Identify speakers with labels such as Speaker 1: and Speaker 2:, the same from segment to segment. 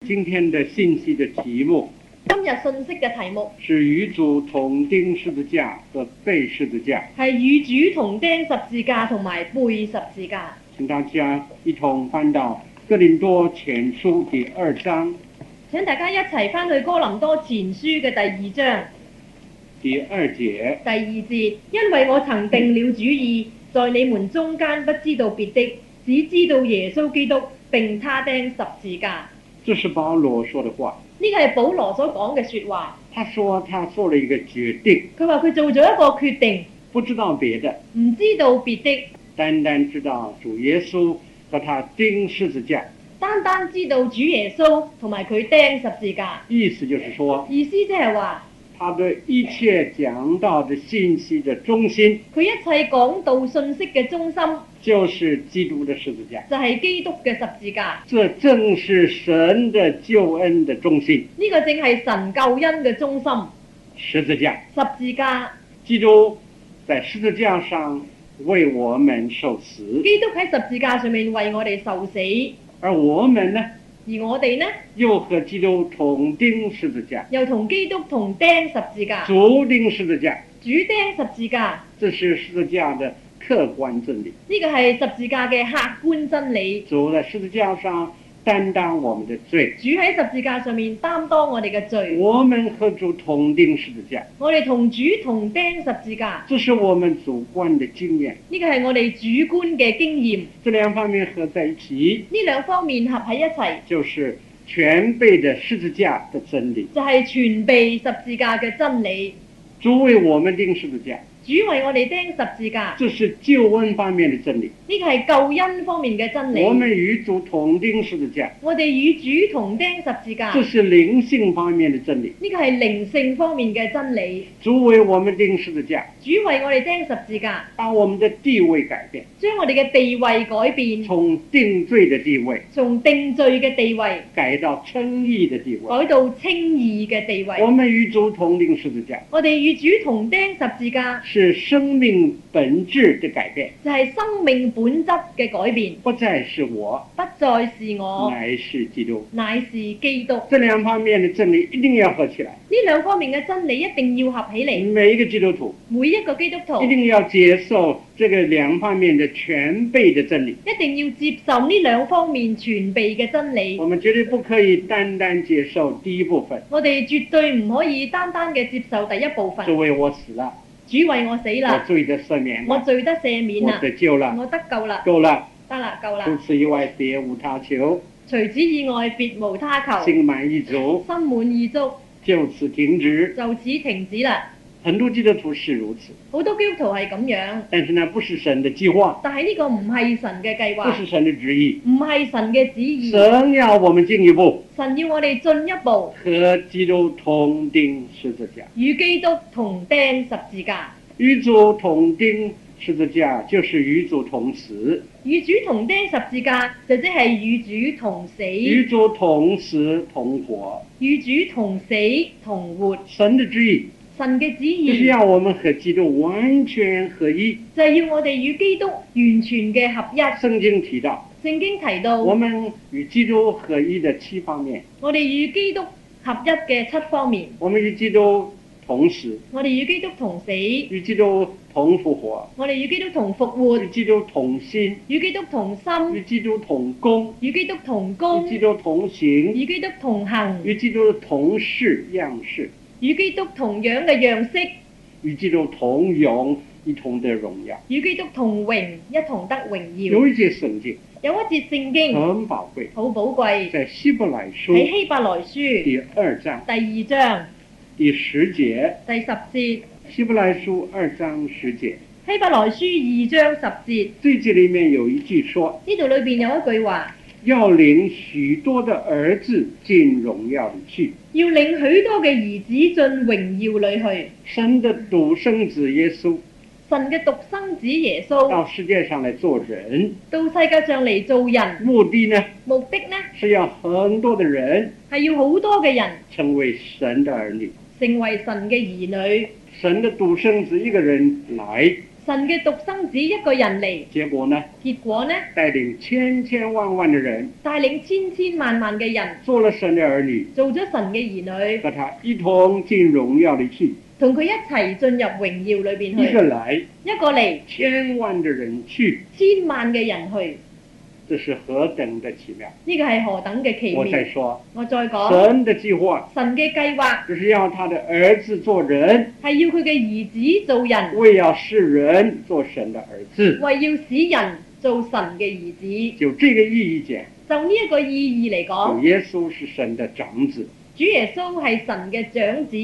Speaker 1: 今天的信息的题目
Speaker 2: 今日信息嘅題目
Speaker 1: 是与主同钉十字架和背十字架，
Speaker 2: 係與主同釘十字架同埋背十字架。
Speaker 1: 请大家一同翻到哥林多前书第二章
Speaker 2: 請大家一齊翻去哥林多前書嘅第二章
Speaker 1: 第二节。
Speaker 2: 第二節，因為我曾定了主意，在你們中間不知道別的，只知道耶穌基督並他釘十字架。
Speaker 1: 这是保罗说的话。
Speaker 2: 呢個係保羅所講嘅説話。
Speaker 1: 他说他做了一个决定，
Speaker 2: 佢話佢做咗一個決定，
Speaker 1: 不知道别的，
Speaker 2: 唔知道別的，
Speaker 1: 单单知道主耶稣和他钉十字架。
Speaker 2: 單單知道主耶穌同埋佢釘十字架。
Speaker 1: 意思就是说，
Speaker 2: 意思即係話。
Speaker 1: 他的一切讲到的信息的中心
Speaker 2: 佢一切講道信息嘅中心
Speaker 1: 就
Speaker 2: 就
Speaker 1: 是基督的十字架。
Speaker 2: 係基督嘅十字架，
Speaker 1: 这正是神的救恩的中心，
Speaker 2: 呢、個正係神救恩嘅中心。
Speaker 1: 十字架。
Speaker 2: 十字架，
Speaker 1: 基督在十字架上为我们受死，
Speaker 2: 基督喺十字架上面為我哋受死，而
Speaker 1: 而我们呢，
Speaker 2: 我哋呢
Speaker 1: 又和基督同钉十字架，
Speaker 2: 又同基督同釘十字架，
Speaker 1: 足钉十字架。
Speaker 2: 主釘十字架，
Speaker 1: 这是十字架的客观真理。
Speaker 2: 呢、個係十字架嘅客觀真理。
Speaker 1: 主在十字架上担当我们的罪，
Speaker 2: 主喺十字架上面擔當我哋嘅罪，
Speaker 1: 我们和主同钉十字架，
Speaker 2: 我哋同主同釘十字架，
Speaker 1: 这是我们主观的经验。
Speaker 2: 呢個係我哋主觀嘅經驗。
Speaker 1: 这两方面合在一起，
Speaker 2: 呢兩方面合喺一齊，
Speaker 1: 就是全备的十字架的真理。
Speaker 2: 就係、全備十字架嘅真理。
Speaker 1: 主为我们钉十字架，
Speaker 2: 主為我哋釘十字架，
Speaker 1: 这是救恩方面的真理。
Speaker 2: 呢個係救恩方面嘅真理。
Speaker 1: 我们与主同钉十字架，
Speaker 2: 我哋與主同釘十字架，
Speaker 1: 这
Speaker 2: 呢
Speaker 1: 是灵性方面的真理。
Speaker 2: 個係靈性方面嘅真理。
Speaker 1: 主为我们钉十字架，
Speaker 2: 主為我哋釘十字架，
Speaker 1: 把我们的地位改变，
Speaker 2: 將我哋嘅地位改變，
Speaker 1: 从定罪的地位
Speaker 2: 從定罪嘅地位
Speaker 1: 改到称义的地位。
Speaker 2: 改到稱義嘅地
Speaker 1: 我
Speaker 2: 位。
Speaker 1: 们与主同钉十字架，
Speaker 2: 我哋與主同釘十字架，
Speaker 1: 是生命本质的改变，
Speaker 2: 就係、生命本質嘅改變，
Speaker 1: 不再是我，
Speaker 2: 不再是我，
Speaker 1: 乃是基督。
Speaker 2: 乃是基督。
Speaker 1: 这两方面的真理一定要合起来。
Speaker 2: 呢兩方面嘅真理一定要合起嚟，
Speaker 1: 每一个基督徒
Speaker 2: 每一個基督徒
Speaker 1: 嗯一定要接受这个两方面的全备的真理。
Speaker 2: 一定要接受呢兩方面全備嘅真理
Speaker 1: 我。们绝对不可以单单接受第一部分，
Speaker 2: 我哋絕對唔可以單單嘅接受第一部分，
Speaker 1: 就为我死了。
Speaker 2: 主為我死
Speaker 1: 我
Speaker 2: 啦，
Speaker 1: 罪的赦免
Speaker 2: 啊我
Speaker 1: 了，
Speaker 2: 罪得赦免
Speaker 1: 我
Speaker 2: 啦，
Speaker 1: 得救了，
Speaker 2: 我得救啦，
Speaker 1: 够了，
Speaker 2: 得啦，夠啦
Speaker 1: 除，此以外别无他求，
Speaker 2: 除此以外別無他求，
Speaker 1: 心满意足，
Speaker 2: 心滿意足，
Speaker 1: 就此停止。
Speaker 2: 就此停止啦。
Speaker 1: 很多基督徒是如此，
Speaker 2: 好多基督徒係咁樣，
Speaker 1: 但是呢，不是神的计划，
Speaker 2: 但係呢個唔係神嘅計
Speaker 1: 不
Speaker 2: 劃
Speaker 1: 是，神的旨意，
Speaker 2: 唔係神嘅旨意，
Speaker 1: 神要我们进一步
Speaker 2: 神要我哋進一步
Speaker 1: 和基督同钉十字架，
Speaker 2: 與基督同釘十字架，
Speaker 1: 与主同钉十字架就是与主同死，
Speaker 2: 與主同釘十字架就即係與主同死。
Speaker 1: 与主同死同活。
Speaker 2: 與主同死同活，
Speaker 1: 神的旨意
Speaker 2: 神嘅旨
Speaker 1: 就是啊
Speaker 2: 意
Speaker 1: 要我们和基督完全合一。
Speaker 2: 就係要我哋與基督完全嘅合一。
Speaker 1: 圣经提到。
Speaker 2: 聖經提到，
Speaker 1: 我们与基督合一的七方面，
Speaker 2: 我哋與基督合一嘅七方面，
Speaker 1: 我们与基督同死，
Speaker 2: 我哋與基督同死，
Speaker 1: 与基督同复活，
Speaker 2: 我哋與基督同復活，
Speaker 1: 与基督同心，
Speaker 2: 與基督同
Speaker 1: 与
Speaker 2: 心，
Speaker 1: 基督同工，
Speaker 2: 與基督同
Speaker 1: 与
Speaker 2: 工，
Speaker 1: 基督同行，
Speaker 2: 與基督同行，
Speaker 1: 与基督同事样式，
Speaker 2: 與基督同樣嘅樣式，
Speaker 1: 与基督同荣，一同得荣耀。
Speaker 2: 與基督同榮，一同得榮耀
Speaker 1: 有。一节圣经
Speaker 2: 有一節聖經
Speaker 1: 很寶貴，
Speaker 2: 好寶貴，
Speaker 1: 在希伯来书
Speaker 2: 喺希伯來書
Speaker 1: 第二章
Speaker 2: 第二章
Speaker 1: 第十节，
Speaker 2: 第十節。
Speaker 1: 希伯来书二章十节，
Speaker 2: 希伯來書二章十節
Speaker 1: 这节里面有一句说：
Speaker 2: 呢度裏邊有一句話，
Speaker 1: 要领许多的儿子进荣耀里去。
Speaker 2: 要領許多嘅兒子進榮耀裏去。
Speaker 1: 神的独生子耶稣
Speaker 2: 神嘅獨生子耶穌
Speaker 1: 到世界上来做人，
Speaker 2: 到世界上嚟做人，
Speaker 1: 目的呢
Speaker 2: 目的呢
Speaker 1: 是要很多的人
Speaker 2: 係要好多嘅人
Speaker 1: 成为神的儿女。
Speaker 2: 成為神嘅兒女。
Speaker 1: 神的独生子一个人来，
Speaker 2: 神嘅獨生子一個人嚟，
Speaker 1: 结果呢，
Speaker 2: 結果呢
Speaker 1: 带领千千万万的人
Speaker 2: 帶領千千萬萬嘅人
Speaker 1: 做了神的儿女，
Speaker 2: 做咗神嘅兒女，
Speaker 1: 和他一同进荣耀里去。
Speaker 2: 同佢一齊進入榮耀裏邊
Speaker 1: 一个
Speaker 2: 去，
Speaker 1: 来，
Speaker 2: 一個嚟
Speaker 1: 千万的人去，
Speaker 2: 千萬嘅人去，
Speaker 1: 这是何等的奇妙！
Speaker 2: 呢個係何等嘅奇
Speaker 1: 我
Speaker 2: 妙
Speaker 1: 再！说，
Speaker 2: 我再講
Speaker 1: 神的计划
Speaker 2: 神嘅計劃
Speaker 1: 就是要他的儿子做人，
Speaker 2: 係要佢嘅兒子做人，
Speaker 1: 为要世人做神的儿子，
Speaker 2: 為要使人做神嘅兒子。
Speaker 1: 有这个意义讲，
Speaker 2: 就呢一個意義嚟講
Speaker 1: 主，耶稣是神的长子，
Speaker 2: 主耶穌係神嘅長子，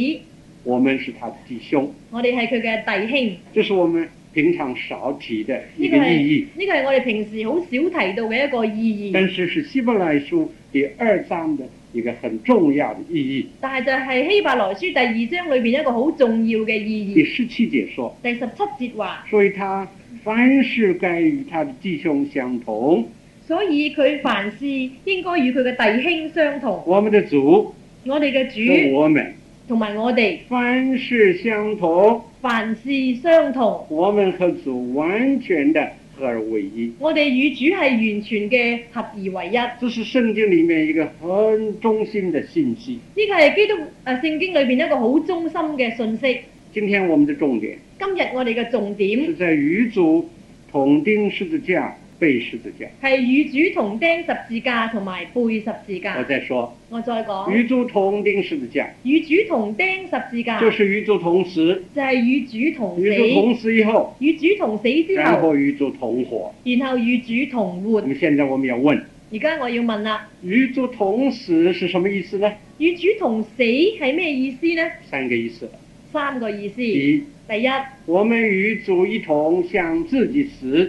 Speaker 1: 我们是他的弟兄，
Speaker 2: 我哋係佢嘅弟兄。
Speaker 1: 这是我们平常少提的一
Speaker 2: 呢個
Speaker 1: 个
Speaker 2: 係
Speaker 1: 意义，
Speaker 2: 呢個係我哋平時好少提到嘅一個意義，
Speaker 1: 但是是希伯来书第二章的一个很重要的意义。
Speaker 2: 但係就係希伯來書第二章裏邊一個好重要嘅意
Speaker 1: 第
Speaker 2: 義。
Speaker 1: 十七节说，
Speaker 2: 第十七節話，
Speaker 1: 所以他凡事该与他的弟兄相同。
Speaker 2: 所以佢凡事應該與佢嘅弟兄相同。
Speaker 1: 我们的主
Speaker 2: 我哋嘅
Speaker 1: 是
Speaker 2: 主
Speaker 1: 我们，
Speaker 2: 同埋我哋
Speaker 1: 凡事相同，
Speaker 2: 凡事相同，
Speaker 1: 我们和主完全的合而为一。
Speaker 2: 我哋與主係完全嘅合而為一。呢
Speaker 1: 这是圣经里面一个很中心的信息。
Speaker 2: 個係基督呃誒聖經裏邊一個好中心嘅信息。
Speaker 1: 今天我们的重点
Speaker 2: 今日我哋嘅重
Speaker 1: 是
Speaker 2: 點
Speaker 1: 在与主同钉十字架、背十字架。
Speaker 2: 係與主同釘十字架同埋背十字
Speaker 1: 我
Speaker 2: 架。
Speaker 1: 再说，
Speaker 2: 我再講。
Speaker 1: 与主同钉十字架，
Speaker 2: 與主同釘十字架，
Speaker 1: 就
Speaker 2: 就是
Speaker 1: 与主同死，
Speaker 2: 係與主同
Speaker 1: 与主
Speaker 2: 死，
Speaker 1: 同死以后，
Speaker 2: 與主同死之
Speaker 1: 然
Speaker 2: 後，
Speaker 1: 后与主同活。
Speaker 2: 然後與主同活
Speaker 1: 那。么现在我们要问，
Speaker 2: 而家我要問啦，
Speaker 1: 与主同死是什么意思呢？
Speaker 2: 與主同死係咩意思呢？
Speaker 1: 三个意思。
Speaker 2: 三個意思。
Speaker 1: 第
Speaker 2: 第
Speaker 1: 一，
Speaker 2: 一，
Speaker 1: 我们与主一同向自己死；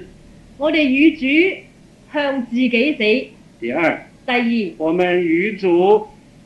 Speaker 2: 我哋與主向自己死；第
Speaker 1: 第二，
Speaker 2: 二，
Speaker 1: 我们与主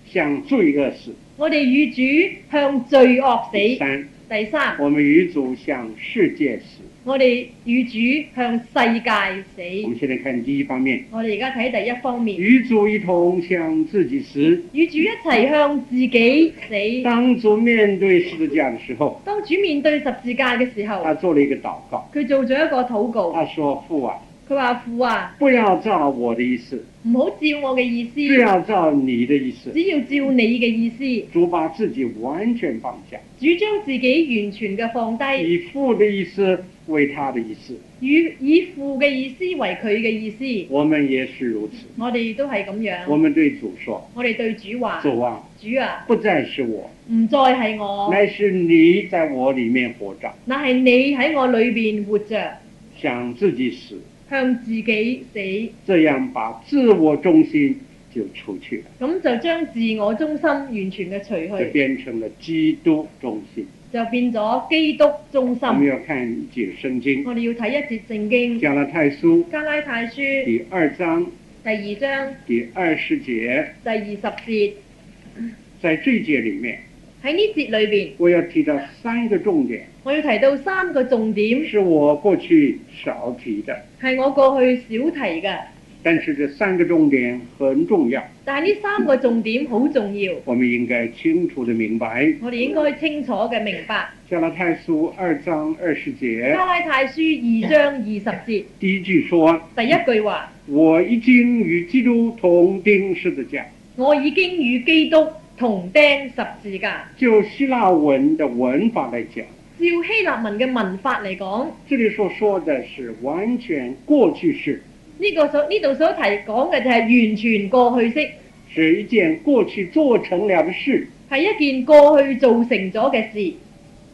Speaker 1: 向罪恶死；
Speaker 2: 我哋與主向罪惡死；
Speaker 1: 第三，
Speaker 2: 第三，
Speaker 1: 我们与主向世界死。
Speaker 2: 我哋與主向世界
Speaker 1: 我
Speaker 2: 死。
Speaker 1: 们现在看第一方面，
Speaker 2: 我哋而家睇第一方面，
Speaker 1: 与主一同向自己死。
Speaker 2: 與主一齊向自己死。
Speaker 1: 当主面对十字架的时候，
Speaker 2: 當主面對十字架嘅時候，
Speaker 1: 他做了一个祷告，
Speaker 2: 佢做咗一個禱告，
Speaker 1: 他说：“父啊，
Speaker 2: 佢話父啊，
Speaker 1: 不要照我的意思，
Speaker 2: 唔好照我嘅意思，
Speaker 1: 只要照你的意思。
Speaker 2: 只要照你嘅意思。”
Speaker 1: 主把自己完全放下，
Speaker 2: 主將自己完全嘅放低，
Speaker 1: 以父的意思为他的意思。
Speaker 2: 與以父嘅意思為佢嘅意思。
Speaker 1: 我们也是如此。
Speaker 2: 我哋都係咁
Speaker 1: 我
Speaker 2: 樣，
Speaker 1: 们对主说
Speaker 2: 我哋對主：“話：
Speaker 1: 主啊，
Speaker 2: 主啊，
Speaker 1: 不再是我，
Speaker 2: 唔再係我，
Speaker 1: 乃是你在我里面活着，
Speaker 2: 那係你喺我裏邊活着，
Speaker 1: 想自己死，
Speaker 2: 向自己死，
Speaker 1: 这样把自我中心就除去了，
Speaker 2: 咁就將自我中心完全嘅除
Speaker 1: 就
Speaker 2: 去，
Speaker 1: 变成了基督中心。”
Speaker 2: 就變咗基督中
Speaker 1: 我们
Speaker 2: 心。
Speaker 1: 要看一节圣经，
Speaker 2: 我哋要睇一節聖經《
Speaker 1: 加拉太书
Speaker 2: 加拉太書》
Speaker 1: 第二章
Speaker 2: 第二章。
Speaker 1: 第二十节，
Speaker 2: 第二十節
Speaker 1: 在这一节里面，
Speaker 2: 喺呢節裏邊，
Speaker 1: 我要提到三个重点，
Speaker 2: 我要提到三個重點，
Speaker 1: 是我过去少提的，
Speaker 2: 係我過去少提嘅，
Speaker 1: 但是这三个重点很重要，
Speaker 2: 但係呢三個重點好重要，
Speaker 1: 我们應該清楚的明白。
Speaker 2: 我哋應該清楚嘅明白。
Speaker 1: 加拉太书二章二十节
Speaker 2: 加拉太書二章二十節第
Speaker 1: 第一句说
Speaker 2: 一句話：：“
Speaker 1: 我已经与基督同钉十字架。
Speaker 2: 我已經與基督同釘十字架。”
Speaker 1: 就希腊文的文法来讲，
Speaker 2: 照希臘文嘅文法嚟講，
Speaker 1: 这里所说的是完全过去式，
Speaker 2: 呢、個所呢度所提講嘅就係完全過去式，
Speaker 1: 是一件过去做成了的事。
Speaker 2: 係一件過去造成咗嘅事。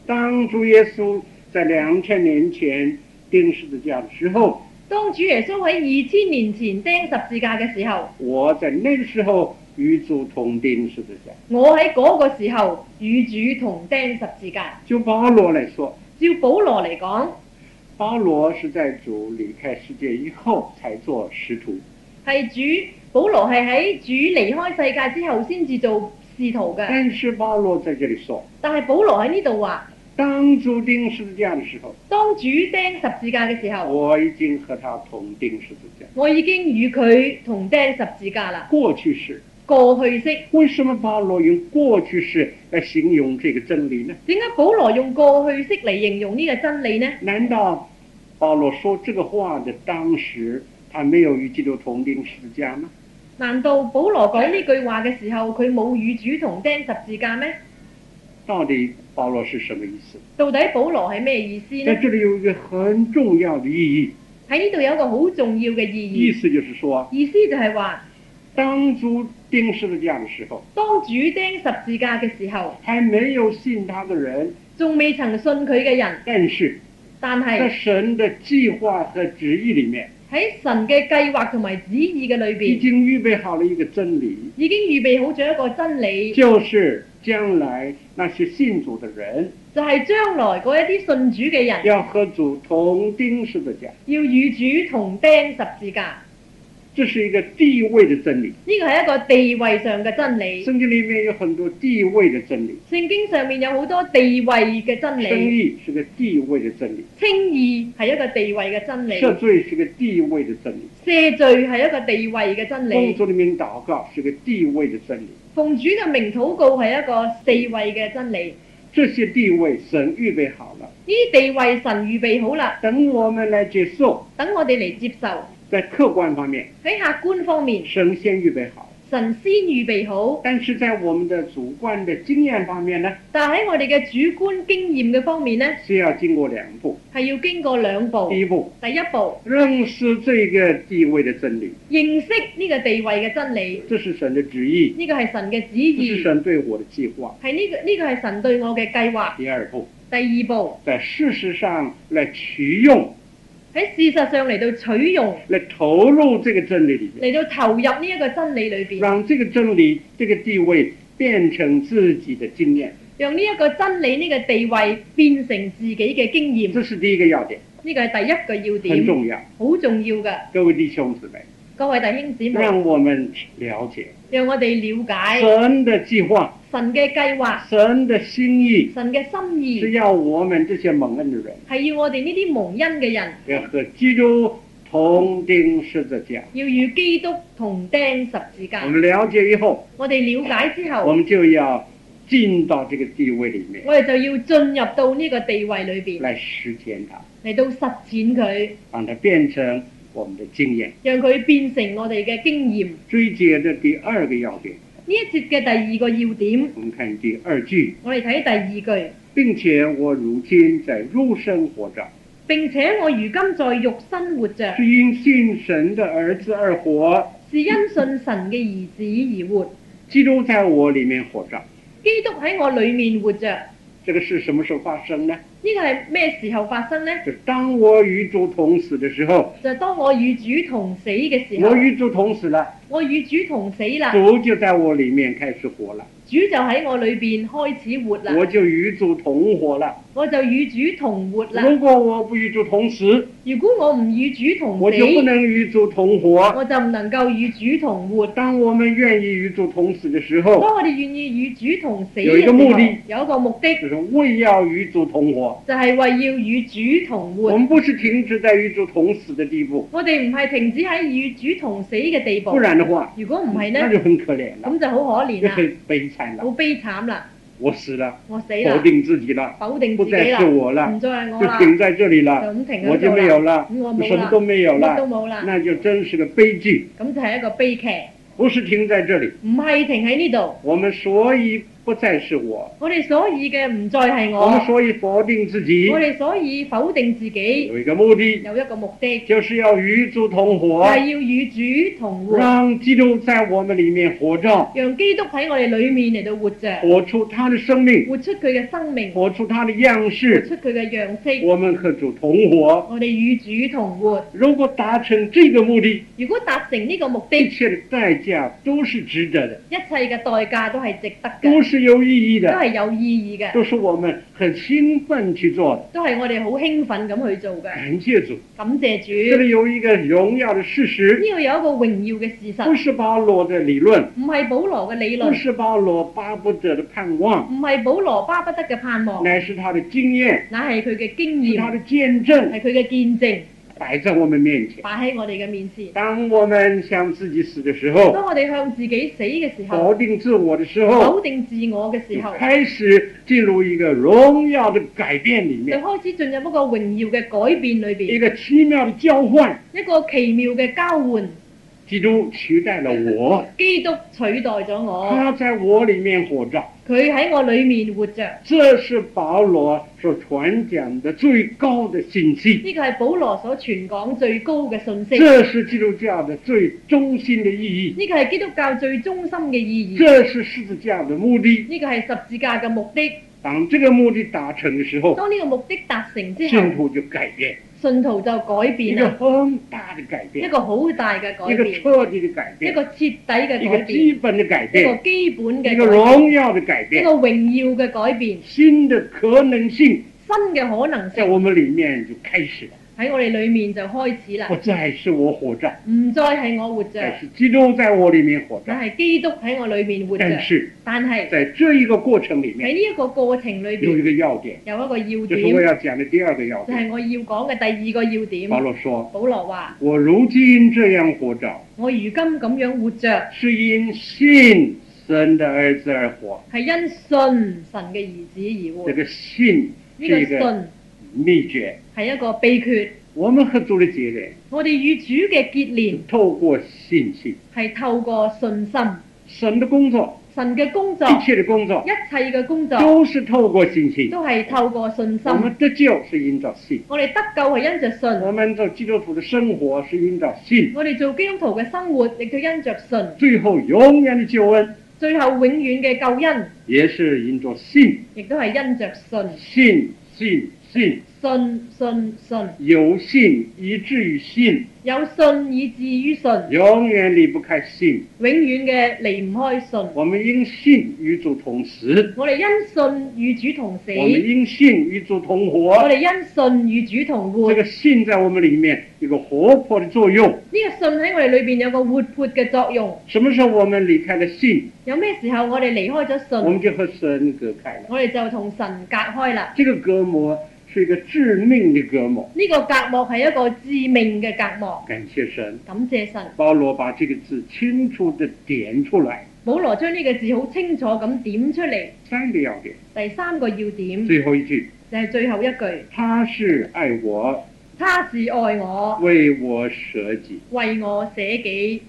Speaker 1: 当主耶稣在两千年前钉十字架的时候，
Speaker 2: 當主耶穌喺二千年前釘十字架嘅時候，
Speaker 1: 我在那个时候与主同钉十字架。
Speaker 2: 我喺嗰個時候與主同釘十字架。
Speaker 1: 就保罗来说，
Speaker 2: 照保羅嚟講，
Speaker 1: 保罗是在主离开世界以后才做使徒。
Speaker 2: 係主保羅係喺主離開世界之後先至做使徒嘅。
Speaker 1: 但是保罗在这里说，
Speaker 2: 但係保羅喺呢度話，
Speaker 1: 当主钉十字架的时候，
Speaker 2: 當主釘十字架嘅時候，
Speaker 1: 我已经和他同钉十字架。
Speaker 2: 我已經與佢同釘十字架啦。
Speaker 1: 过去式，
Speaker 2: 過去式
Speaker 1: 为什么保罗用过去式来形容这个真理呢？
Speaker 2: 點解保羅用過去式嚟形容呢個真理呢？
Speaker 1: 难道保罗说这个话的当时，他没有与基督同钉十字架吗？
Speaker 2: 難道保羅講呢句話嘅時候，佢冇與主同釘十字架咩？
Speaker 1: 到底保罗是什么意思？
Speaker 2: 到底保羅係咩意思
Speaker 1: 在
Speaker 2: 呢？
Speaker 1: 这里有一个很重要的意义，
Speaker 2: 喺呢度有一個好重要嘅
Speaker 1: 意
Speaker 2: 意義，
Speaker 1: 思就是说，
Speaker 2: 意思就係話，
Speaker 1: 当初钉十字架的时候，
Speaker 2: 當主釘十字架嘅時候，
Speaker 1: 还没有信他的人，
Speaker 2: 仲未曾信佢嘅人，
Speaker 1: 但是
Speaker 2: 但
Speaker 1: 在
Speaker 2: 係
Speaker 1: 神的计划和旨意里面，
Speaker 2: 喺神嘅計劃同埋旨意嘅裏
Speaker 1: 已
Speaker 2: 邊，
Speaker 1: 经预备好了一个真理，
Speaker 2: 已經預備好咗一個真理，
Speaker 1: 就是将来那些信主的人
Speaker 2: 就係、將來嗰一啲信主嘅人
Speaker 1: 要和主同钉十字架，
Speaker 2: 要與主同釘十字架。
Speaker 1: 这是一个地位的真理。
Speaker 2: 呢個係一個地位上嘅真理。
Speaker 1: 圣经里面有很多地位的真理，
Speaker 2: 聖經上面有好多地位嘅
Speaker 1: 生
Speaker 2: 真理，
Speaker 1: 意是个地位的真理，
Speaker 2: 稱義係一個地位嘅真理，
Speaker 1: 赦罪是个地位的真理，
Speaker 2: 赦罪係一個地位嘅真
Speaker 1: 奉
Speaker 2: 理，
Speaker 1: 主的名祷告是个地位的真理。
Speaker 2: 奉主嘅名禱告係一個地位嘅真理。
Speaker 1: 这些地位神预备好了，
Speaker 2: 呢啲地位神預備好啦，
Speaker 1: 等我们来接受。
Speaker 2: 等我哋嚟接受。
Speaker 1: 在客观方面，
Speaker 2: 喺客觀方面，
Speaker 1: 神先预备好，
Speaker 2: 神先預備好，
Speaker 1: 但是在我们的主观的经验方面呢，
Speaker 2: 但喺我哋嘅主觀經驗嘅方面呢，
Speaker 1: 是要经过两步。
Speaker 2: 係要經過兩步。
Speaker 1: 第一步，
Speaker 2: 第一步，
Speaker 1: 认识这个地位的真理，
Speaker 2: 認識呢個地位嘅真理，
Speaker 1: 这是神的旨意，
Speaker 2: 呢個係神嘅旨
Speaker 1: 这是
Speaker 2: 意，
Speaker 1: 神对我的计划。
Speaker 2: 係呢個呢個係神對我嘅計劃。
Speaker 1: 第二步，
Speaker 2: 第二步。
Speaker 1: 在事实上来取用、
Speaker 2: 喺事實上嚟到取用，
Speaker 1: 来投入这个真理里面，
Speaker 2: 嚟到投入呢一個真理裏邊，
Speaker 1: 让这个真理、这个地位变成自己的经验，
Speaker 2: 讓呢一個真理呢個地位變成自己嘅經驗，
Speaker 1: 这是第一个要点，
Speaker 2: 呢個係第一個要
Speaker 1: 很
Speaker 2: 點，
Speaker 1: 重要。
Speaker 2: 好重要嘅。
Speaker 1: 各位弟兄姊妹，
Speaker 2: 各位弟兄姊妹，
Speaker 1: 让我们了解
Speaker 2: 讓我哋了解
Speaker 1: 神的计划、
Speaker 2: 神嘅計劃、
Speaker 1: 神的心意，
Speaker 2: 神嘅心
Speaker 1: 是
Speaker 2: 意，
Speaker 1: 要我们这些蒙恩的人
Speaker 2: 係要我哋呢啲蒙恩嘅人，
Speaker 1: 要和基督同钉十字架。
Speaker 2: 要與基督同釘十字
Speaker 1: 我
Speaker 2: 架。
Speaker 1: 们了解以后，
Speaker 2: 我哋了解之
Speaker 1: 我
Speaker 2: 後，
Speaker 1: 们就要进到这个地位里面
Speaker 2: 我哋就要進入到呢個地位裏邊，
Speaker 1: 来实践它，
Speaker 2: 嚟到實踐佢，
Speaker 1: 让它变成我们的经验。
Speaker 2: 讓佢變成我哋嘅經驗。
Speaker 1: 追结的第二个要点，
Speaker 2: 呢一節嘅第二個要點，
Speaker 1: 我们看第二句，
Speaker 2: 我哋睇第二句。
Speaker 1: 并且我如今在肉身活着，
Speaker 2: 並且我如今在肉身活着，
Speaker 1: 是因信神的儿子而活，
Speaker 2: 是因信神嘅兒子而活。
Speaker 1: 基督在我里面活着。
Speaker 2: 基督喺我裏面活着，呢
Speaker 1: 这个事什么时候发生呢？
Speaker 2: 個係咩時候發生呢？
Speaker 1: 就是当我与主同死的时候，
Speaker 2: 就係當我與主同死嘅時候
Speaker 1: 我，与主同死了，
Speaker 2: 我與主同死啦，
Speaker 1: 主就在我里面开始活了，
Speaker 2: 主就喺我裏邊開始活
Speaker 1: 我
Speaker 2: 啦，
Speaker 1: 就与主同活了。
Speaker 2: 我就與主同活
Speaker 1: 如
Speaker 2: 啦。
Speaker 1: 果我不与主同死，
Speaker 2: 如果我唔與主同
Speaker 1: 我就不
Speaker 2: 死，
Speaker 1: 能与主同活。
Speaker 2: 我就唔能夠與主同活。
Speaker 1: 当我们愿意与主同死的时
Speaker 2: 當
Speaker 1: 候，
Speaker 2: 我哋願意與主同死
Speaker 1: 有
Speaker 2: 嘅
Speaker 1: 一
Speaker 2: 時
Speaker 1: 個
Speaker 2: 候
Speaker 1: 目的，
Speaker 2: 有一個目的。
Speaker 1: 就是为要与主同活。
Speaker 2: 就係為要與主同
Speaker 1: 我
Speaker 2: 活。
Speaker 1: 们不是停止在与主同死的地步，
Speaker 2: 我哋唔係停止喺與主同死嘅地步
Speaker 1: 不。然的话，
Speaker 2: 如果唔係
Speaker 1: 那
Speaker 2: 呢，
Speaker 1: 就很可怜了，
Speaker 2: 咁就好可
Speaker 1: 就
Speaker 2: 憐啦，
Speaker 1: 很悲惨了。
Speaker 2: 好悲慘啦，
Speaker 1: 我死了，
Speaker 2: 我死
Speaker 1: 否
Speaker 2: 啦，
Speaker 1: 定自己了，
Speaker 2: 否定
Speaker 1: 不
Speaker 2: 自己
Speaker 1: 再
Speaker 2: 啦
Speaker 1: 是，我了，
Speaker 2: 唔再係我
Speaker 1: 就
Speaker 2: 啦，
Speaker 1: 停在这里
Speaker 2: 就
Speaker 1: 了，
Speaker 2: 咁停
Speaker 1: 我
Speaker 2: 喺
Speaker 1: 就
Speaker 2: 度
Speaker 1: 沒有
Speaker 2: 啦，
Speaker 1: 了，什
Speaker 2: 我冇
Speaker 1: 么
Speaker 2: 啦
Speaker 1: 都，没有
Speaker 2: 乜都
Speaker 1: 了，
Speaker 2: 冇啦，
Speaker 1: 那就真是个悲剧。
Speaker 2: 咁就係一個悲劇。
Speaker 1: 不是停在这里，
Speaker 2: 唔係停喺呢度，
Speaker 1: 我们所以不再是我，
Speaker 2: 我哋所以嘅唔再係
Speaker 1: 我
Speaker 2: 我，
Speaker 1: 们所以否定自己，
Speaker 2: 我哋所以否定自己
Speaker 1: 有一个目的，
Speaker 2: 有一個目的，
Speaker 1: 就是要与主同
Speaker 2: 就
Speaker 1: 活，
Speaker 2: 係要與主同活，
Speaker 1: 让基督在我们里面活着，
Speaker 2: 讓基督喺我哋裡面嚟到活着，
Speaker 1: 活出他的生命，
Speaker 2: 活出佢嘅生命。
Speaker 1: 活出他的样
Speaker 2: 活
Speaker 1: 式。
Speaker 2: 出佢嘅樣式，
Speaker 1: 我们和主同活，
Speaker 2: 我哋與主同活。
Speaker 1: 如果达成这个目的，
Speaker 2: 如果達成呢個目的，
Speaker 1: 一
Speaker 2: 一
Speaker 1: 切的代价都是值得的，
Speaker 2: 切嘅代價都係值得
Speaker 1: 都
Speaker 2: 嘅，
Speaker 1: 是有意义
Speaker 2: 都
Speaker 1: 的，
Speaker 2: 係有意義嘅，
Speaker 1: 都是我们很兴奋去做的。
Speaker 2: 都係我哋好興奮咁去做嘅。
Speaker 1: 感谢主。
Speaker 2: 感
Speaker 1: 这
Speaker 2: 謝主，
Speaker 1: 里有一个荣耀的事实，
Speaker 2: 呢個有一個榮耀嘅事
Speaker 1: 不
Speaker 2: 實，
Speaker 1: 是保罗的理论，
Speaker 2: 唔係保羅嘅理
Speaker 1: 不
Speaker 2: 論，
Speaker 1: 是保罗巴不得的盼望，
Speaker 2: 唔係保羅巴不得嘅盼望，
Speaker 1: 乃是他的经验，
Speaker 2: 乃係佢嘅經
Speaker 1: 是他
Speaker 2: 驗，
Speaker 1: 的见证，
Speaker 2: 係佢嘅見證，
Speaker 1: 摆在我们面前。
Speaker 2: 擺喺我哋嘅面前。
Speaker 1: 当我们向自己死的时候，
Speaker 2: 當我哋向自己死嘅時候
Speaker 1: 否，定自我的时候，
Speaker 2: 否定自我嘅時
Speaker 1: 就
Speaker 2: 候，
Speaker 1: 开始进入一个荣耀的改变里
Speaker 2: 就
Speaker 1: 面，
Speaker 2: 開始進入一個榮耀嘅改變裏
Speaker 1: 一
Speaker 2: 邊，
Speaker 1: 个奇妙的交换。
Speaker 2: 一個奇妙嘅交換。
Speaker 1: 基督取代了我，
Speaker 2: 基督取代咗我，
Speaker 1: 他在我里面活着。
Speaker 2: 佢喺我裏面活着。
Speaker 1: 这是保罗所传讲的最高的信息，
Speaker 2: 呢個係保羅所傳講最高嘅信息，
Speaker 1: 这是基督教的最中心的意义，
Speaker 2: 呢個係基督教最中心嘅意義，
Speaker 1: 这是十字架的目的。
Speaker 2: 呢個係十字架嘅目的。
Speaker 1: 当这个目的达成的时候，
Speaker 2: 當呢個目的達成之
Speaker 1: 信
Speaker 2: 後，
Speaker 1: 徒就改变，
Speaker 2: 信徒就改
Speaker 1: 一
Speaker 2: 變
Speaker 1: 个
Speaker 2: 啦，
Speaker 1: 很大的改
Speaker 2: 一
Speaker 1: 变，
Speaker 2: 個好大嘅
Speaker 1: 一
Speaker 2: 改
Speaker 1: 个
Speaker 2: 變，
Speaker 1: 彻底的改
Speaker 2: 一
Speaker 1: 变，
Speaker 2: 個徹底嘅
Speaker 1: 一个
Speaker 2: 改變，
Speaker 1: 基本的改
Speaker 2: 一個
Speaker 1: 变，
Speaker 2: 基本嘅
Speaker 1: 一个
Speaker 2: 改變，
Speaker 1: 荣耀的改
Speaker 2: 一
Speaker 1: 变
Speaker 2: 個，榮耀嘅改變，
Speaker 1: 新的可能性
Speaker 2: 新嘅可能
Speaker 1: 在
Speaker 2: 性
Speaker 1: 我们里面就开始了。
Speaker 2: 喺我哋裏面就開始啦
Speaker 1: 不，再是我活着，
Speaker 2: 唔再係我活
Speaker 1: 而
Speaker 2: 着，
Speaker 1: 是基督在我里面活
Speaker 2: 但
Speaker 1: 着。
Speaker 2: 係基督喺我裏面活着
Speaker 1: 但。是
Speaker 2: 但係
Speaker 1: 在这一个过程里面
Speaker 2: 喺，呢一個過程裏
Speaker 1: 哎有一
Speaker 2: 邊
Speaker 1: 个要点。
Speaker 2: 有一個要
Speaker 1: 这是我
Speaker 2: 點。
Speaker 1: 要讲的第二个要
Speaker 2: 就
Speaker 1: 点。
Speaker 2: 係我要講嘅第二個要
Speaker 1: 啊
Speaker 2: 點。
Speaker 1: 保羅说
Speaker 2: 保羅話：：“
Speaker 1: 我如今这样活着，
Speaker 2: 我如今咁樣活着，
Speaker 1: 是因信神的儿子而活。
Speaker 2: 係因信神嘅兒子而活。
Speaker 1: 这個信
Speaker 2: 呢個
Speaker 1: 是一個
Speaker 2: 信
Speaker 1: 秘訣。
Speaker 2: 係一個秘訣。
Speaker 1: 我們合作的结人
Speaker 2: 我哋與主嘅結連
Speaker 1: 透過信心，
Speaker 2: 係透過信心，
Speaker 1: 神的工作，
Speaker 2: 神嘅工作，
Speaker 1: 一切的工作
Speaker 2: 一切嘅工作
Speaker 1: 都是透過信心。
Speaker 2: 都係透過信
Speaker 1: 我
Speaker 2: 心。
Speaker 1: 們得救是因着信，
Speaker 2: 我哋得救係因着
Speaker 1: 我
Speaker 2: 信，
Speaker 1: 們做基督徒的生活是因着信，
Speaker 2: 我哋做基督徒嘅生活亦都因着信。
Speaker 1: 最後永遠的救恩
Speaker 2: 最後永遠嘅救恩
Speaker 1: 也是因着信，
Speaker 2: 亦都係因着信，
Speaker 1: 信信信，
Speaker 2: 信信信，
Speaker 1: 有信以至於信。”
Speaker 2: 有信以至於信。
Speaker 1: 永远离不开信。
Speaker 2: 永遠嘅離唔開信。
Speaker 1: 我们因信与主同死，
Speaker 2: 我哋因信與主同死，
Speaker 1: 我们
Speaker 2: 我
Speaker 1: 因信与主同活。
Speaker 2: 哋因信與主同活。
Speaker 1: 这
Speaker 2: 呢
Speaker 1: 个信在我们里面有个活泼的作用。
Speaker 2: 個信喺我哋裏邊有個活潑嘅作用。
Speaker 1: 什么时候我們離開了信，
Speaker 2: 有咩時候我哋離開咗
Speaker 1: 我們
Speaker 2: 信，
Speaker 1: 就和神隔開了。
Speaker 2: 我哋就同神隔開啦。
Speaker 1: 這個隔膜是一個致命的隔膜。
Speaker 2: 呢、個隔膜係一個致命嘅隔膜。
Speaker 1: 感謝神，
Speaker 2: 感謝神，
Speaker 1: 保羅把這個字清楚的點出來。
Speaker 2: 保羅將呢個字好清楚咁點出嚟。
Speaker 1: 三個要點，
Speaker 2: 第三個要點
Speaker 1: 最後一句，
Speaker 2: 就係最後一句：
Speaker 1: 他是愛我，
Speaker 2: 他是愛我，
Speaker 1: 為我舍己。
Speaker 2: 為我捨己。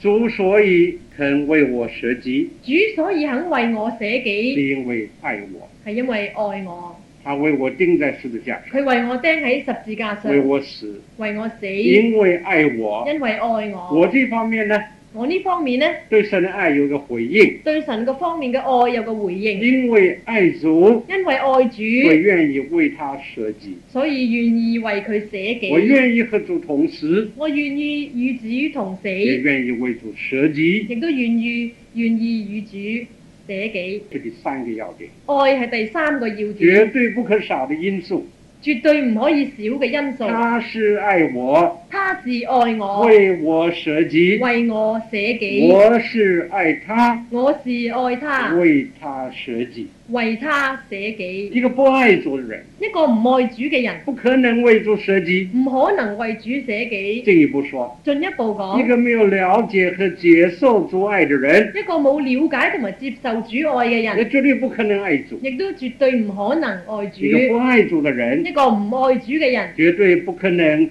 Speaker 1: 主所以肯為我舍己，
Speaker 2: 主所以肯為我捨
Speaker 1: 是
Speaker 2: 己，
Speaker 1: 因為愛我。
Speaker 2: 係因為愛我。
Speaker 1: 他为我钉在十字架上，
Speaker 2: 佢為我釘喺十字架上，
Speaker 1: 为我死，
Speaker 2: 為我死，因
Speaker 1: 因為愛我。
Speaker 2: 為愛我。
Speaker 1: 我这方面呢，
Speaker 2: 我呢方面呢，
Speaker 1: 對神的愛有個回應，
Speaker 2: 對神個方面嘅愛有個回應，
Speaker 1: 因為愛主，
Speaker 2: 因為愛
Speaker 1: 我
Speaker 2: 主，
Speaker 1: 願意為他舍己，
Speaker 2: 所以願意為佢捨
Speaker 1: 我
Speaker 2: 己。
Speaker 1: 願意和主同死，
Speaker 2: 我願意與主同死，
Speaker 1: 也
Speaker 2: 亦
Speaker 1: 願意為主舍己。
Speaker 2: 都願意願意與主捨己。
Speaker 1: 这第三個要點，
Speaker 2: 愛係第三個要
Speaker 1: 絕
Speaker 2: 點，
Speaker 1: 對不可少的因素。
Speaker 2: 絕對唔可以少嘅因素。
Speaker 1: 他是愛我，
Speaker 2: 他是愛我，
Speaker 1: 為我舍己；
Speaker 2: 為我捨己。
Speaker 1: 我是愛他，
Speaker 2: 我是愛他，
Speaker 1: 為他舍己。
Speaker 2: 為他捨己。
Speaker 1: 一個不愛主的人，
Speaker 2: 一個唔愛主嘅人，
Speaker 1: 不可能為主舍己。
Speaker 2: 唔可能為主捨己。
Speaker 1: 進一步說，
Speaker 2: 進一步講，
Speaker 1: 一个没有了解和接受主爱的人，
Speaker 2: 一個冇了解同埋接受主愛嘅
Speaker 1: 也
Speaker 2: 人，
Speaker 1: 绝对不可能爱主；
Speaker 2: 亦都絕對唔可能愛主。
Speaker 1: 一个不愛主的人，
Speaker 2: 一個唔愛主嘅人，
Speaker 1: 绝對不可能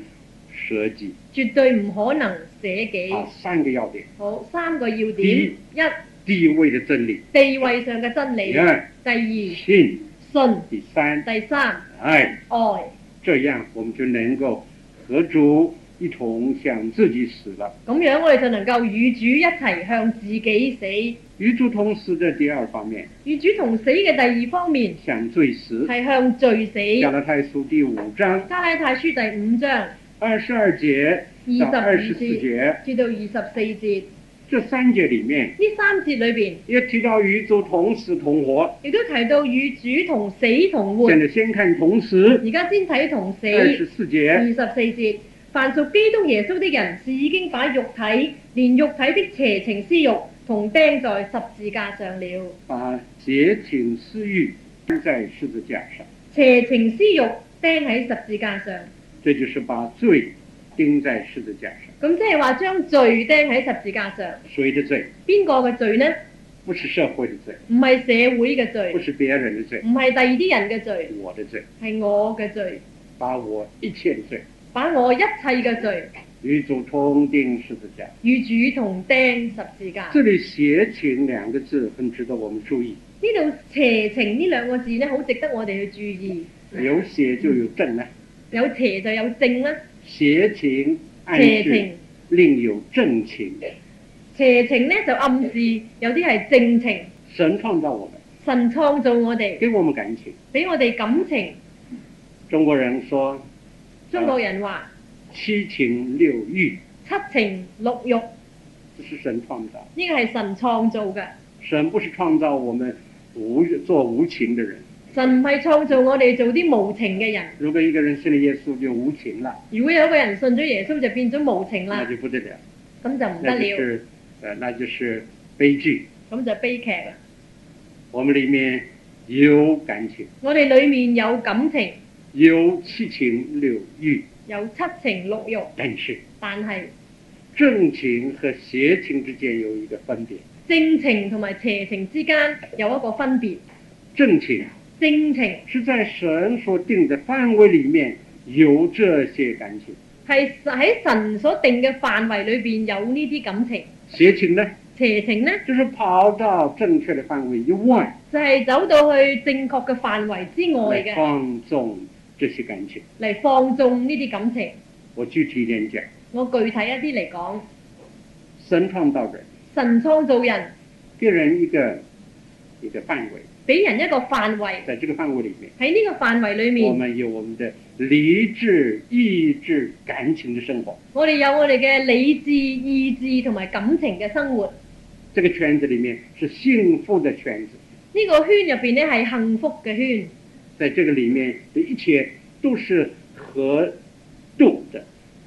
Speaker 1: 舍己。
Speaker 2: 絕對唔可能捨己。
Speaker 1: 啊，三個要點：
Speaker 2: 好，三個要點：
Speaker 1: 第
Speaker 2: 一，
Speaker 1: 地位的真理；
Speaker 2: 地位上嘅真理
Speaker 1: 第；二，
Speaker 2: 第二，
Speaker 1: 信；
Speaker 2: 信；
Speaker 1: 第三，
Speaker 2: 第三，
Speaker 1: 愛。
Speaker 2: 愛。
Speaker 1: 這樣我們就能夠和主一同向自己死了。
Speaker 2: 咁樣我哋就能夠與主一齊向自己死。
Speaker 1: 與主同死的第二方面，
Speaker 2: 與主同死嘅第二方面
Speaker 1: 向罪死。
Speaker 2: 係向罪死。
Speaker 1: 加拉太書第五章
Speaker 2: 加拉太書第五章
Speaker 1: 二十二節到
Speaker 2: 二
Speaker 1: 二
Speaker 2: 十
Speaker 1: 十
Speaker 2: 五
Speaker 1: 四
Speaker 2: 節
Speaker 1: 節
Speaker 2: 至到二十四節
Speaker 1: 這三節裡面，
Speaker 2: 呢三節裏邊。
Speaker 1: 也提到與主同死同活。
Speaker 2: 亦都提到與主同死同活，
Speaker 1: 现在先看同时
Speaker 2: 而家先睇同死。
Speaker 1: 二十四
Speaker 2: 二
Speaker 1: 节，
Speaker 2: 十四節，凡屬基督耶穌的人，是已經把肉體連肉體的邪情私欲同釘在十字架上了。
Speaker 1: 把邪情私欲钉在十字架上，
Speaker 2: 邪情私欲釘喺十字架上，
Speaker 1: 这就是把罪钉在十字架上。
Speaker 2: 咁即係話將罪釘喺十字架上，
Speaker 1: 谁的罪？
Speaker 2: 邊個嘅罪呢？
Speaker 1: 不是社会的罪，
Speaker 2: 唔係社會嘅
Speaker 1: 不
Speaker 2: 罪，
Speaker 1: 是别人的罪，
Speaker 2: 唔係第二啲人嘅罪，
Speaker 1: 我的罪，
Speaker 2: 係我嘅罪，
Speaker 1: 把我一切的罪
Speaker 2: 把我一切嘅罪
Speaker 1: 与主同钉十字架。
Speaker 2: 與主同釘十字架。
Speaker 1: 这里“邪情”两个字很值得我们注意，
Speaker 2: 呢度邪情呢兩個字呢，好值得我哋去注意。
Speaker 1: 有邪就有正啊，
Speaker 2: 有邪就有正啦，
Speaker 1: 邪情暗
Speaker 2: 邪
Speaker 1: 示
Speaker 2: 情
Speaker 1: 另有正情。
Speaker 2: 邪情呢就暗示有啲係正情，
Speaker 1: 神创造我们，
Speaker 2: 神創造我哋，
Speaker 1: 给我们感情。
Speaker 2: 俾我哋感情。
Speaker 1: 中国人说
Speaker 2: 中國人話
Speaker 1: 七情六欲，
Speaker 2: 七情六欲，
Speaker 1: 这是神创造。
Speaker 2: 呢個係神創造嘅。
Speaker 1: 神不是创造我们无做无情的人。
Speaker 2: 神唔係創造我哋做啲無情嘅人。
Speaker 1: 如果一个人信了耶稣就无情了，
Speaker 2: 如果有一個人信咗耶穌就變咗無情
Speaker 1: 那
Speaker 2: 啦，
Speaker 1: 就不得了，
Speaker 2: 咁就唔得
Speaker 1: 那就
Speaker 2: 了，
Speaker 1: 是呃，那就是悲剧。
Speaker 2: 咁就悲劇啦。
Speaker 1: 我们里面有感情，
Speaker 2: 我哋裡面有感情，
Speaker 1: 有七情六欲，
Speaker 2: 有七情六欲，
Speaker 1: 但是
Speaker 2: 但係
Speaker 1: 正情和邪情之间有一个分别。
Speaker 2: 正情同埋邪情之間有一個分別。
Speaker 1: 正情
Speaker 2: 正情
Speaker 1: 是在神所定的范围里面有这些感情，
Speaker 2: 係喺神所定嘅範圍裏邊有呢啲感情，
Speaker 1: 邪情呢
Speaker 2: 邪情呢，
Speaker 1: 就是跑到正确的范围以外
Speaker 2: 就係、走到去正確嘅範圍之外
Speaker 1: 来
Speaker 2: 嘅
Speaker 1: 放纵这些感情。
Speaker 2: 嚟放縱呢啲感情。
Speaker 1: 我具体一点讲，
Speaker 2: 我具體一啲嚟講，
Speaker 1: 神创造人，
Speaker 2: 神創造人
Speaker 1: 给人一个一个范围，
Speaker 2: 俾人一個範圍。
Speaker 1: 在这个范围里面，
Speaker 2: 喺呢個範圍裏
Speaker 1: 我
Speaker 2: 面，
Speaker 1: 们有我们的理智、意志、感情的生活。
Speaker 2: 我哋有我哋嘅理智、意志同埋感情嘅生活。
Speaker 1: 这个圈子里面是幸福的圈子，
Speaker 2: 呢、個圈入邊呢係幸福嘅圈，
Speaker 1: 在这个里面的一切都是合度的。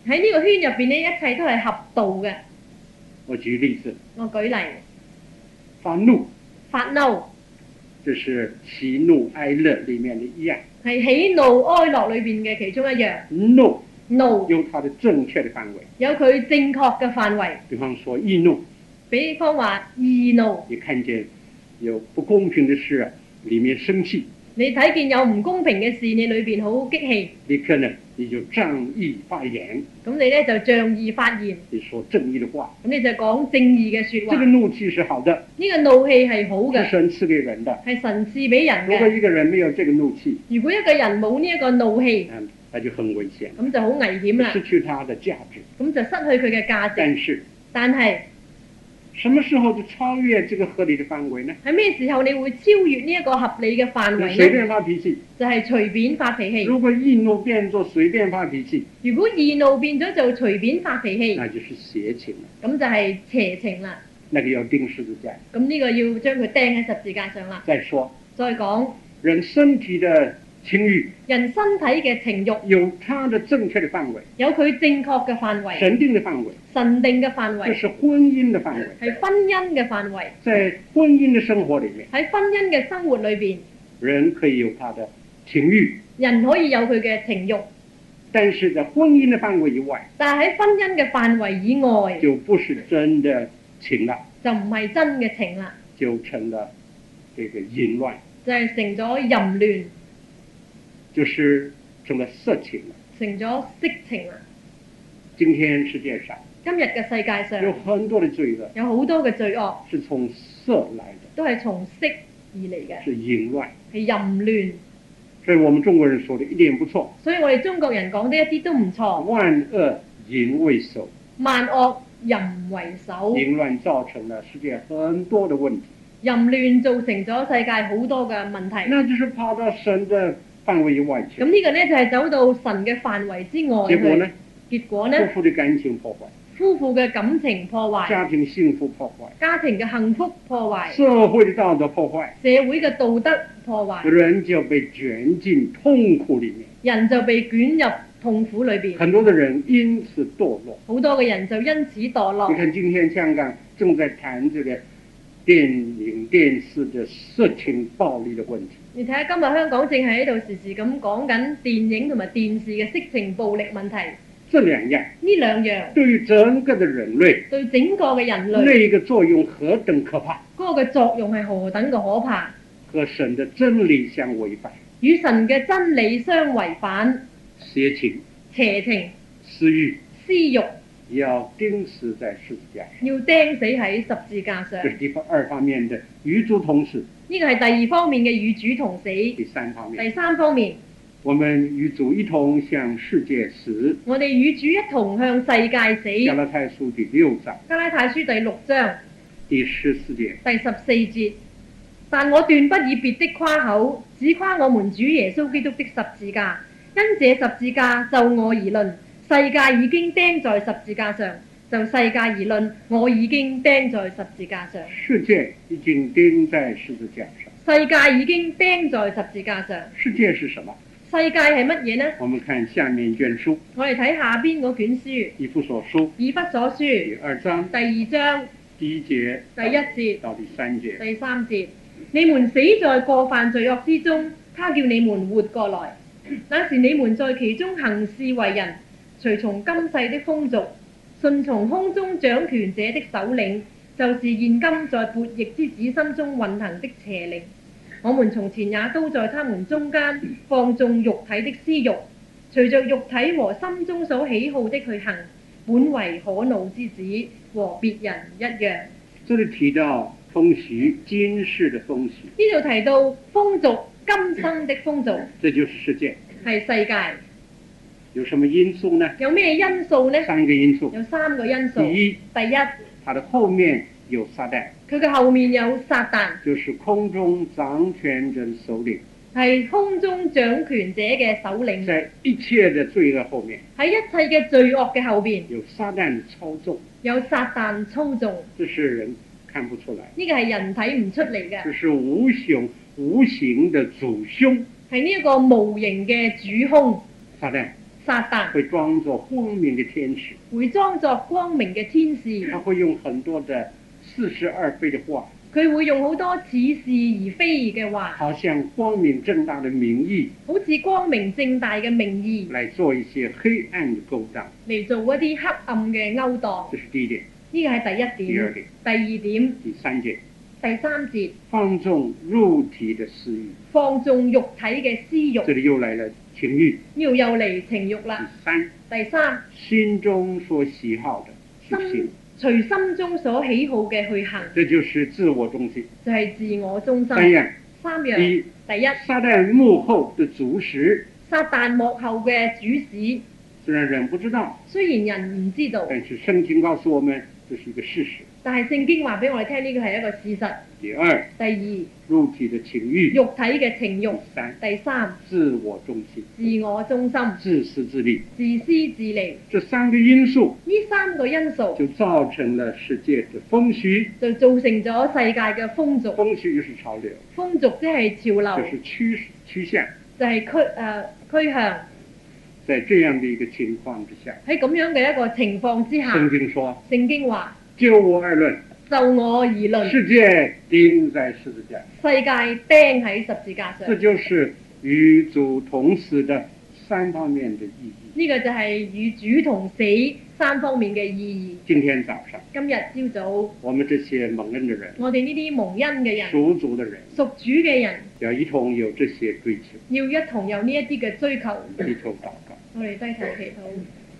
Speaker 2: 喺呢個圈入邊呢，一切都係合道嘅。
Speaker 1: 我举例子，
Speaker 2: 我舉例，
Speaker 1: 发怒
Speaker 2: 發嬲
Speaker 1: 这是喜怒哀乐里面的一样，
Speaker 2: 係喜怒哀樂裏邊嘅其中一樣。
Speaker 1: 怒
Speaker 2: 怒
Speaker 1: 有它的正确的范围。
Speaker 2: 有佢正確嘅範圍，
Speaker 1: 比方说易怒，
Speaker 2: 比方話易怒，
Speaker 1: 你看见有不公平的事啊，里面生气，
Speaker 2: 你睇見有唔公平嘅事，你裏邊好激氣，
Speaker 1: 立刻呢你就仗义发言，
Speaker 2: 咁你呢就仗義發言，
Speaker 1: 你说正义的话。
Speaker 2: 咁你就講正義嘅説
Speaker 1: 这个
Speaker 2: 話。
Speaker 1: 怒气是好的，
Speaker 2: 呢、個怒氣係好
Speaker 1: 是
Speaker 2: 嘅，
Speaker 1: 神赐给人的。
Speaker 2: 係神賜俾人
Speaker 1: 如
Speaker 2: 嘅
Speaker 1: 果。一个人没有这个怒气，
Speaker 2: 如果一個人冇呢一個怒氣，
Speaker 1: 嗯，那就很危险，
Speaker 2: 咁就好危險啦
Speaker 1: 失，去它的价值。
Speaker 2: 咁就失去佢嘅價值。
Speaker 1: 但是
Speaker 2: 但係
Speaker 1: 什么时候就超越这个合理的范围呢？
Speaker 2: 喺咩時候你會超越呢一個合理嘅範
Speaker 1: 你
Speaker 2: 圍
Speaker 1: 随
Speaker 2: 呢？
Speaker 1: 便发脾气，
Speaker 2: 就係隨便發脾氣。
Speaker 1: 如果易怒变作随便发脾气，
Speaker 2: 如果易怒變咗就隨便發脾氣，
Speaker 1: 那就是邪情了。
Speaker 2: 咁就係邪情啦。
Speaker 1: 那个要钉十字架。
Speaker 2: 咁呢個要將佢釘喺十字架上啦。
Speaker 1: 再说，
Speaker 2: 再講
Speaker 1: 人身体的情欲
Speaker 2: 人身體嘅情慾
Speaker 1: 有它的正确的范围，
Speaker 2: 有佢正確嘅範圍，
Speaker 1: 神定的范围，
Speaker 2: 神定嘅範
Speaker 1: 就
Speaker 2: 圍，
Speaker 1: 是婚姻的范围。
Speaker 2: 係婚姻嘅範圍。
Speaker 1: 在婚姻的生活里面，
Speaker 2: 喺婚姻嘅生活裏邊，
Speaker 1: 人可以有他的情欲，
Speaker 2: 人可以有佢嘅情慾，
Speaker 1: 但是在婚姻的范围以外，
Speaker 2: 但係喺婚姻嘅範圍以外。
Speaker 1: 就不是真的情了，
Speaker 2: 就唔係真嘅情啦，
Speaker 1: 就成了这个淫乱，
Speaker 2: 就係、成咗淫亂，
Speaker 1: 就是成了色情了。
Speaker 2: 成咗色情啦。
Speaker 1: 今天世界上
Speaker 2: 今日嘅世界
Speaker 1: 有
Speaker 2: 上
Speaker 1: 很多的罪恶
Speaker 2: 有好多嘅罪惡
Speaker 1: 是从色来的，
Speaker 2: 都係從色而嚟嘅，
Speaker 1: 是淫乱。
Speaker 2: 係淫亂。
Speaker 1: 所以我们中国人说的一点不错，
Speaker 2: 所以我哋中國人講得一啲都唔錯，
Speaker 1: 万恶淫为首，
Speaker 2: 萬惡淫為首，
Speaker 1: 淫乱造成了世界很多的问题，
Speaker 2: 淫亂造成咗世界好多嘅問題。
Speaker 1: 那就是跑到神的范围以外去
Speaker 2: 咁，呢個呢，就係、走到神嘅範圍之外
Speaker 1: 结果
Speaker 2: 去。
Speaker 1: 呢，哦
Speaker 2: 結果呢，
Speaker 1: 夫妇的感情破坏，
Speaker 2: 夫婦嘅感情破壞，
Speaker 1: 家庭幸福破坏，
Speaker 2: 家庭嘅幸福破壞，
Speaker 1: 社会的道德破坏。
Speaker 2: 社會嘅道德破壞。
Speaker 1: 人就被卷进痛苦里面，
Speaker 2: 人就被捲入痛苦裏邊，
Speaker 1: 很多的人因此堕落。
Speaker 2: 好多嘅人就因此墮落
Speaker 1: 你。看，今天香港正在谈这个电影、电视的色情暴力的问题，
Speaker 2: 你睇下今日香港正係喺度時時咁講緊電影同埋電視嘅色情暴力問題，
Speaker 1: 这两样
Speaker 2: 呢兩樣
Speaker 1: 对于整个的人类
Speaker 2: 對整個嘅人
Speaker 1: 那
Speaker 2: 類
Speaker 1: 一个作用何等可怕，
Speaker 2: 嗰個嘅作用係何等嘅可怕，
Speaker 1: 和神的真理相违反，
Speaker 2: 與神嘅真理相違反，
Speaker 1: 邪情
Speaker 2: 邪情
Speaker 1: 私欲
Speaker 2: 私欲
Speaker 1: 要钉死在十字架上。
Speaker 2: 要釘死喺十字架上。
Speaker 1: 这是第二方面的与诸同死。
Speaker 2: 呢個係第二方面嘅與主同死。
Speaker 1: 第三方面，
Speaker 2: 第三方面，
Speaker 1: 我们与主一同向世界死。
Speaker 2: 我哋與主一同向世界
Speaker 1: 加
Speaker 2: 死。
Speaker 1: 拉太书第六章
Speaker 2: 加拉太書第六章。
Speaker 1: 第十四节，
Speaker 2: 第十四節，但我斷不以別的誇口，只誇我們主耶穌基督的十字架。因這十字架就我而論，世界已經釘在十字架上；就世界而論，我已經釘在十字架上。
Speaker 1: 世界已经钉在十字架上。
Speaker 2: 世界已經釘在十字架上。
Speaker 1: 世界是什么？
Speaker 2: 世界係乜嘢呢？
Speaker 1: 我们看下面一卷书《
Speaker 2: 我哋睇下邊嗰卷書《
Speaker 1: 以弗所书》
Speaker 2: 以弗所書》
Speaker 1: 第二章
Speaker 2: 第二章
Speaker 1: 第一节
Speaker 2: 第一節。
Speaker 1: 到第三节。
Speaker 2: 第三節，你們死在過犯罪惡之中，他叫你們活過來。 那時你們在其中行事為人，隨從今世的風俗，順從空中掌權者的首領，就是現今在悖逆之子心中運行的邪靈。我們從前也都在他們 中間放縱肉體的私欲，隨着肉體和心中所喜好的去行，本為可怒之子，和別人一樣。
Speaker 1: 这里提到风俗，今世的风俗，
Speaker 2: 呢度提到風俗，今生的風俗
Speaker 1: 这就是世界。
Speaker 2: 係世界，
Speaker 1: 有什么因素呢？
Speaker 2: 有咩因素呢？
Speaker 1: 三个因素。
Speaker 2: 有三個因素。
Speaker 1: 第
Speaker 2: 第
Speaker 1: 一，
Speaker 2: 一，佢
Speaker 1: 它的后面有撒旦，
Speaker 2: 嘅後面有撒旦，
Speaker 1: 就是空中掌权者的首领，
Speaker 2: 係空中掌權者嘅首領，
Speaker 1: 在一切的罪恶后面
Speaker 2: 喺一切嘅罪惡嘅後邊
Speaker 1: 有撒旦的操纵，
Speaker 2: 有撒旦操縱，呢
Speaker 1: 这是人看不出来，
Speaker 2: 個係人睇唔出嚟嘅，
Speaker 1: 这是无形无形的主凶
Speaker 2: 係呢一個無形嘅主兇
Speaker 1: 撒旦
Speaker 2: 撒旦，
Speaker 1: 会装作光明的天使，
Speaker 2: 會裝作光明嘅天使，
Speaker 1: 他会用很多的似是而非的话，
Speaker 2: 佢會用好多似是而非嘅話，
Speaker 1: 好像光明正大的名义
Speaker 2: 好似光明正大嘅名義。
Speaker 1: 来做一些黑暗的勾当，
Speaker 2: 嚟做一啲黑暗嘅勾當，
Speaker 1: 这是第一点。
Speaker 2: 呢個係第一
Speaker 1: 第二
Speaker 2: 點。
Speaker 1: 点，
Speaker 2: 第二點，
Speaker 1: 第三点，
Speaker 2: 第三節
Speaker 1: 放纵肉体的私欲，
Speaker 2: 放縱肉體嘅私欲，
Speaker 1: 这里又来了情欲。
Speaker 2: 呢度又嚟情欲
Speaker 1: 第
Speaker 2: 啦。
Speaker 1: 三，
Speaker 2: 第三，
Speaker 1: 心中所喜好的去行
Speaker 2: 心，隨心中所喜好嘅去行，
Speaker 1: 这就是自我中心。
Speaker 2: 就係、自我中心。
Speaker 1: 三样：
Speaker 2: 三
Speaker 1: 第
Speaker 2: 樣，
Speaker 1: 一，
Speaker 2: 第一，
Speaker 1: 撒旦幕后的主使，
Speaker 2: 撒旦幕後嘅主使，
Speaker 1: 虽然人不知道，
Speaker 2: 雖然人唔知道，
Speaker 1: 但是圣经告诉我们这是一个事实。
Speaker 2: 但係聖經話俾我哋聽，呢個係一個事實。
Speaker 1: 第二，
Speaker 2: 第二，
Speaker 1: 肉体的情欲；
Speaker 2: 肉體嘅情欲
Speaker 1: 第；三，
Speaker 2: 第三，
Speaker 1: 自我中心、
Speaker 2: 自我中心、
Speaker 1: 自私自利。
Speaker 2: 自私自利，
Speaker 1: 这三个因素
Speaker 2: 呢三個因素。
Speaker 1: 就造成了世界的风虚，
Speaker 2: 就造成咗世界嘅風俗，
Speaker 1: 风虚就是潮流，
Speaker 2: 風俗即係潮
Speaker 1: 就
Speaker 2: 流，
Speaker 1: 是趋趋向。
Speaker 2: 就係趨誒趨向。
Speaker 1: 在这样的一个情况之下，
Speaker 2: 喺咁樣嘅一個情況之下，
Speaker 1: 圣经说
Speaker 2: 聖經話：：“
Speaker 1: 就我而论，
Speaker 2: 就我而論，世
Speaker 1: 世界钉在十字架，
Speaker 2: 界釘喺十字架上。
Speaker 1: 这就是与主同死的三方面的意义。
Speaker 2: 呢、個就係與主同死三方面嘅意義。
Speaker 1: 今天早上，
Speaker 2: 今日朝早，
Speaker 1: 我们这些蒙恩的人、
Speaker 2: 我哋呢啲蒙恩嘅人、
Speaker 1: 属主的人，
Speaker 2: 屬主嘅人，
Speaker 1: 要一同有这些追求，
Speaker 2: 要一同有呢一啲嘅追求。
Speaker 1: 一同祷告。
Speaker 2: 我哋低頭祈禱，